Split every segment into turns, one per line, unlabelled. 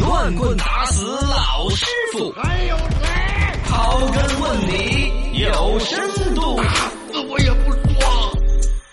棍棍打死老师傅，
还有谁？
刨根问底有深度。
死我也不说。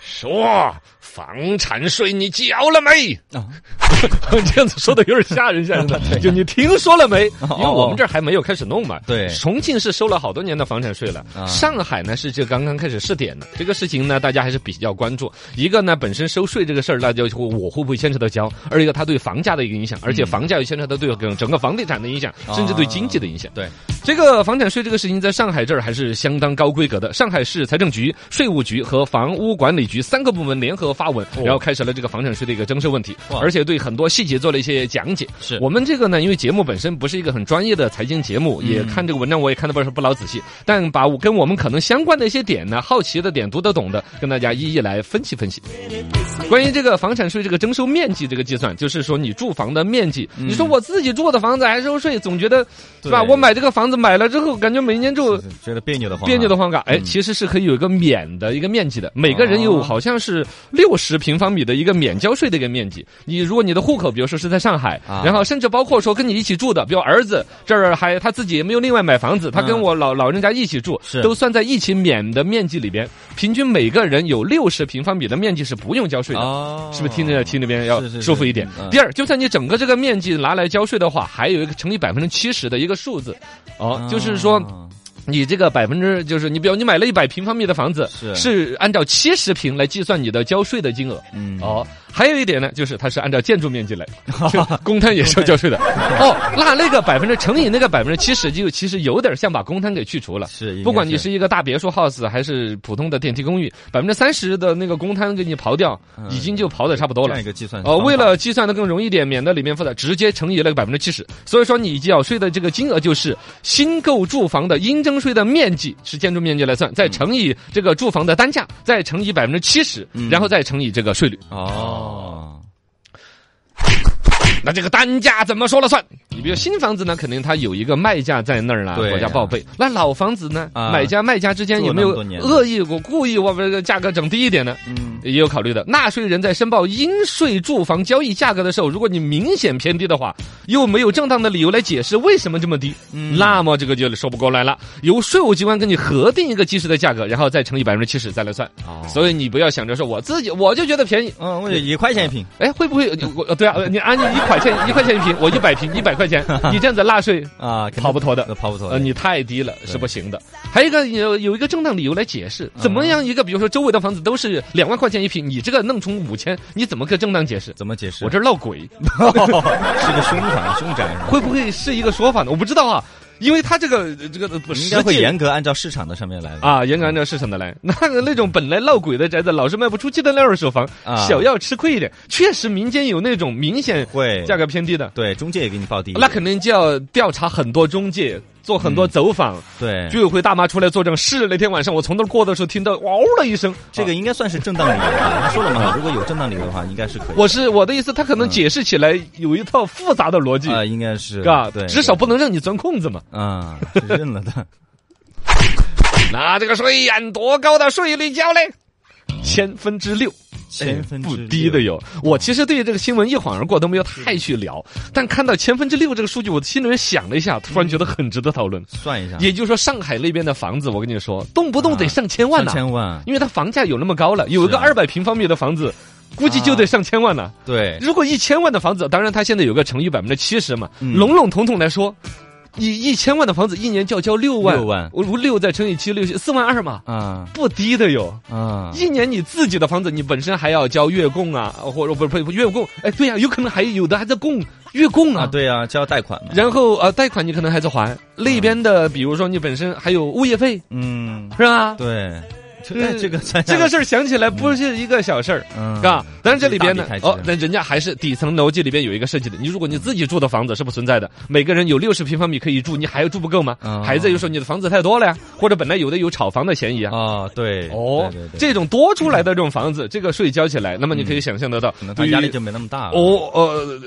说房产税你交了没？
啊，
这样子说的有点吓人，吓 人的。就你听说了没？因为我们这儿还没有开始弄嘛。
哦对
重庆是收了好多年的房产税了，
啊
上海呢是就刚刚开始试点的。这个事情呢，大家还是比较关注。一个呢，本身收税这个事儿，那就我会不会牵扯到交；二一个，它对房价的一个影响，而且房价又牵扯到对整整个房地产的影响，
嗯
甚至对经济的影响。
对，
这个房产税这个事情，在上海这儿还是相当高规格的。上海市财政局、税务局和房屋管理局三个部门联合发文，然后开始了这个房产税的一个征收问题，
哦哇
而且对很多细节做了一些讲解。
是
我们这个呢，因为节目本身不是一个很专业的财经节目，也看这个文章我也看的不是不老仔细，但把我跟我们可能相关的一些点呢，好奇的点、读得懂的，跟大家一一来分析分析。
嗯
关于这个房产税这个征收面积这个计算，就是说你住房的面积。你说我自己住的房子还收税，总觉得是吧？
对
我买这个房子买了之后，感觉每年就
觉得别扭的慌啊，
别扭的慌嘎。哎，其实是可以有一个免的一个面积的，每个人有
哦
好像是六十平方米的一个免交税的一个面积。你如果你的户口，比如说是在上海，
啊
然后甚至包括说跟你一起住的，比如儿子这儿还他自己也没有另外买房子，他跟
嗯
我老老人家一起住
是，
都算在一起免的面积里边。平均每个人有六十平方米的面积是不用交税的。
哦，
是不是听着听那边要
是是是
舒服一点？
嗯
第二，就算你整个这个面积拿来交税的话，还有一个乘以百分之七十的一个数字，哦，就是说
啊
你这个百分之就是你，比如你买了一百平方米的房子，
是
按照七十平来计算你的交税的金额。
嗯
哦，还有一点呢，就是它是按照建筑面积来， 就公摊也是要交税的。哦，那那个百分之乘以那个百分之七十，就其实有点像把公摊给去除了。
是，应该
不管你是一个大别墅 house 还是普通的电梯公寓，百分之三十的那个公摊给你刨掉，
嗯
已经就刨的差不多
这
了
样一。个计算
呃，
方法
为了计算的更容易一点，免得里面复杂，直接乘以那个百分之七十。所以说，你缴税的这个金额就是新购住房的应征税的面积是建筑面积来算，再乘以这个住房的单价，再乘以百分之七十，
嗯
然后再乘以这个税率。
哦，
那这个单价怎么说了算？你比如新房子呢，肯定它有一个卖价在那儿了，
对
国家
呀
报备。那老房子呢，
啊
买家卖家之间
住
有
了
没有
那么多年了
恶意我故意我把这个价格整低一点呢？
嗯，
也有考虑的。纳税人在申报应税住房交易价格的时候，如果你明显偏低的话，又没有正当的理由来解释为什么这么低，
嗯
那么这个就说不过来了。由税务机关跟你核定一个基数的价格，然后再乘以百分之七十再来算。
哦，
所以你不要想着说我自己我就觉得便宜，
嗯，我就一块钱一瓶
哎，会不 会我呃对啊？呃你按一块钱一块钱一瓶，我一百瓶一百 块钱，你这样子纳税
啊，
跑不脱的
那跑不脱
呃，
的，
你太低了是不行的。还有一个有有一个正当理由来解释，
嗯
怎么样一个比如说周围的房子都是两万块钱一平，你这个弄成五千，你怎么个正当解释？
怎么解释？
我这儿闹鬼，
是个凶宅，凶宅是吧
会不会是一个说法呢？我不知道啊，因为他这个这个不
应该会
实际
严格按照市场的上面来的。
啊，严格按照市场的来。那个那种本来闹鬼的宅子，老是卖不出去的那二手房，
啊
小要吃亏一点。确实，民间有那种明显
会
价格偏低的，
对，中介也给你报低，
那肯定就要调查很多中介，做很多走访。
嗯对，
居委会大妈出来作证，是那天晚上我从那儿过的时候，听到嗷了一声。
这个应该算是正当理由吧？他说了
啊
嘛，如果有正当理由的话，应该是可以。
我是我的意思，他可
嗯
能解释起来有一套复杂的逻辑，
啊，应该是
嘎、
对，
至少不能让你钻空子嘛。
啊，是认 了的。
那这个税按多高的税率交嘞？千分之六，哎
千分之
不
六
低的有。我其实对这个新闻一晃而过，都没有太去聊。但看到千分之六这个数据，我心里面想了一下，
嗯
突然觉得很值得讨论。
哎算一下，
也就是说，上海那边的房子，我跟你说，动不动得上千万
啊上
呢、
千万，
因为它房价有那么高了，有一个
是啊
二百平方米的房子，估计就得上千万了。
对，
如果一千万的房子，当然它现在有个乘以百分之七十嘛，
嗯
笼笼统统来说，你一千万的房子一年就要交六万，
六万
我如六再乘以七，六四万二嘛，
啊
不低的哟。
啊，
一年你自己的房子，你本身还要交月供啊，或者不不不月供，哎，对呀、有可能还有的还在供月供啊，
啊，。对啊，交贷款嘛，
然后呃，贷款你可能还在还，那边的比如说你本身还有物业费
嗯，
是吧？
对，
嗯
这这个算
这
下来
个事儿啊想起来不是一个小事儿，
嗯
嘎。但是这里边呢
这是大笔开，支
哦，那人家还是底层逻辑里边有一个设计的。你如果你自己住的房子是不存在的，每个人有六十平方米可以住，你还住不够吗
哦？
还在又说你的房子太多了呀，或者本来有的有炒房的嫌疑啊。
啊，对，
哦
对对，对
这种多出来的这种房子，这个税交起来，那么你可以想象得到
可能，他
对于
压力就没那么大了。
哦呃，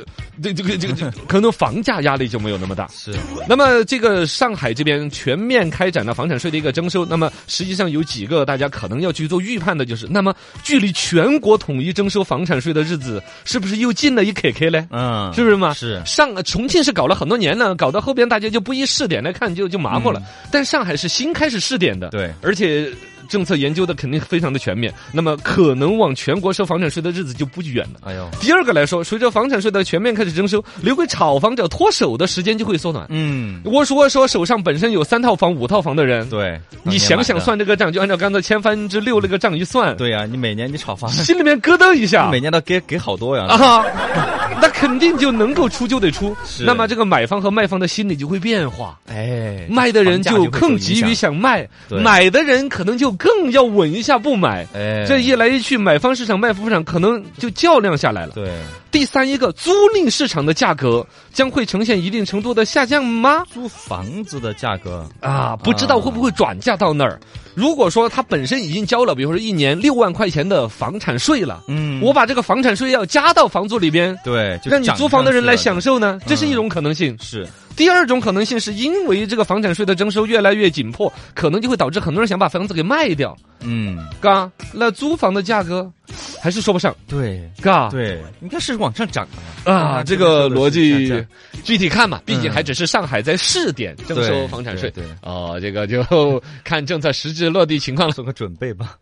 这这个这个这个可能房价压力就没有那么大。
是
那么这个上海这边全面开展了房产税的一个征收，那么实际上有几个大家可能要去做预判的，就是那么距离全国统一征收房产税的日子是不是又近了一 K K 嘞？
嗯，
是不是嘛？
是
上重庆是搞了很多年了，搞到后边大家就不依试点来看，就就麻木了。但上海是新开始试点的，
嗯对
而且政策研究的肯定非常的全面，那么可能往全国收房产税的日子就不远了。
哎呦，
第二个来说，随着房产税的全面开始征收，留给炒房者脱手的时间就会缩短。
嗯，
我说说手上本身有三套房、五套房的人，
对，
你想想，算这个账，就按照刚才千分之六那个账一算，
对啊呀、你每年你炒房，
心里面咯噔一下，
每年都给给好多呀，
啊，那肯定就能够出就得出。
是
那么这个买方和卖方的心理就会变化，
哎，
卖的人
房价就会
更
受
急
影
于
响
想卖，
对
买的人可能就更要稳一下不买。
哎，
这一来一去，买方市场、卖方市场可能就较量下来了。
对
第三一个，租赁市场的价格将会呈现一定程度的下降吗？
租房子的价格，
啊，不知道会不会转嫁到那儿。如果说他本身已经交了，比如说一年六万块钱的房产税了，
嗯
我把这个房产税要加到房租里边，
对，就
让你
涨嗯
租房的人来
上去
享
了，
受呢，这是一种可能性。
是
第二种可能性是因为这个房产税的征收越来越紧迫，可能就会导致很多人想把房子给卖掉，
嗯，
嘎，那租房的价格还是说不上，
对
嘎，
对，应该是往上涨啊
啊，这个逻辑具体看嘛，毕竟
嗯
还只是上海在试点征收
对
房产税
对对，
哦，这个就看政策实质落地情况了。
做个准备吧。